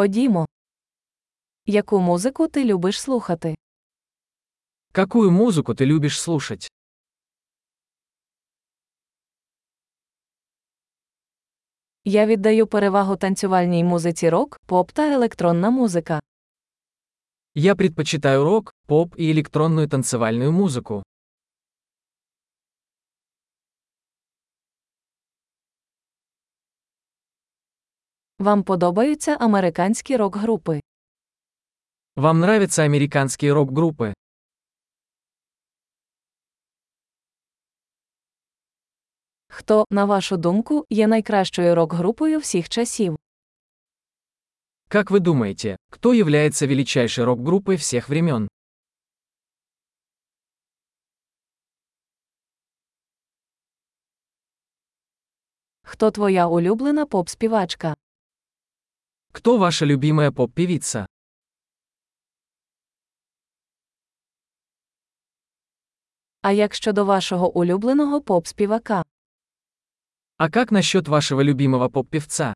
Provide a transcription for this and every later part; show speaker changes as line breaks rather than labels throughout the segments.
Ходімо. Яку музику ти любиш слухати?
Какую музыку ты любишь слушать?
Я віддаю перевагу танцювальній музиці рок, поп та електронна музика.
Я предпочитаю рок, поп и электронную танцевальную музыку.
Вам подобаються американські рок-групи.
Вам нравятся американские рок-группы?
Хто, на вашу думку, є найкращою рок-групою всіх часів?
Как вы думаете, кто является величайшей рок-группой всех времен?
Хто твоя улюблена поп-співачка?
Кто ваша любимая поп-певица?
А як щодо вашого улюбленого поп-співака?
А как насчет вашего любимого поп-певца?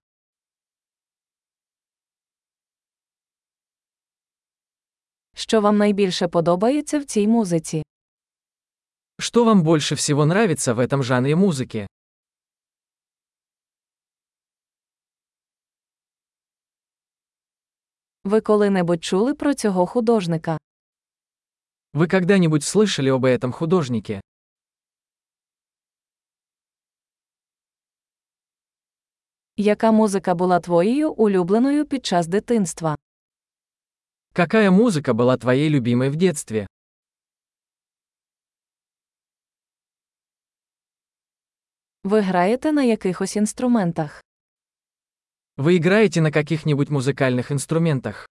Що вам найбільше подобається в цій музиці?
Что вам больше всего нравится в этом жанре музыки?
Ви коли-небудь чули про цього художника?
Вы когда-нибудь слышали об этом художнике?
Яка музика була твоєю улюбленою під час дитинства?
Какая музыка была твоей любимой в детстве?
Ви граєте на якихось інструментах?
Вы играете на каких-нибудь музыкальных инструментах?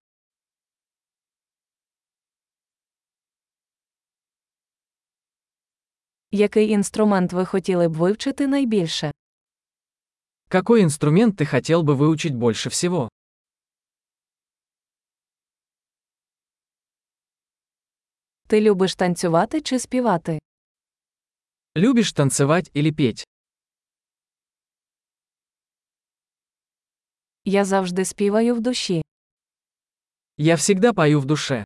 Який інструмент ви хотіли б вивчити найбільше?
Какой инструмент ты хотел бы выучить больше всего?
Ти любиш танцювати чи співати?
Любишь танцевать или петь?
Я завжди співаю в душі.
Я всегда пою в душе.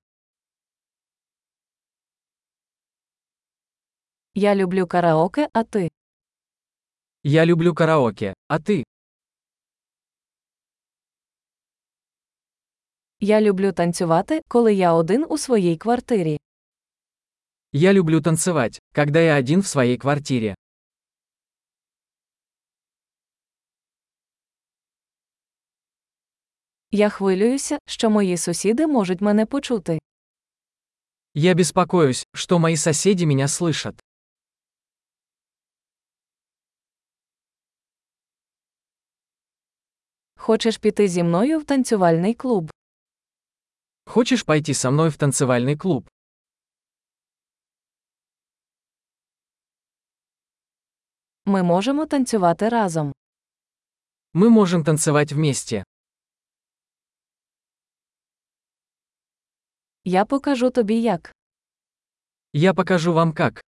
Я люблю караоке, а ти?
Я люблю караоке, а ты?
Я люблю танцювати, коли я один у своїй квартирі.
Я люблю танцевать, когда я один в своей квартире.
Я хвилююся, що мої сусіди можуть мене почути.
Я беспокоюсь, что мои соседи меня слышат.
Хочеш піти зі мною в танцювальний клуб?
Хочешь пойти со мной в танцевальный клуб?
Ми можемо танцювати разом.
Мы можем танцевать вместе.
Я покажу тобі як.
Я покажу вам как.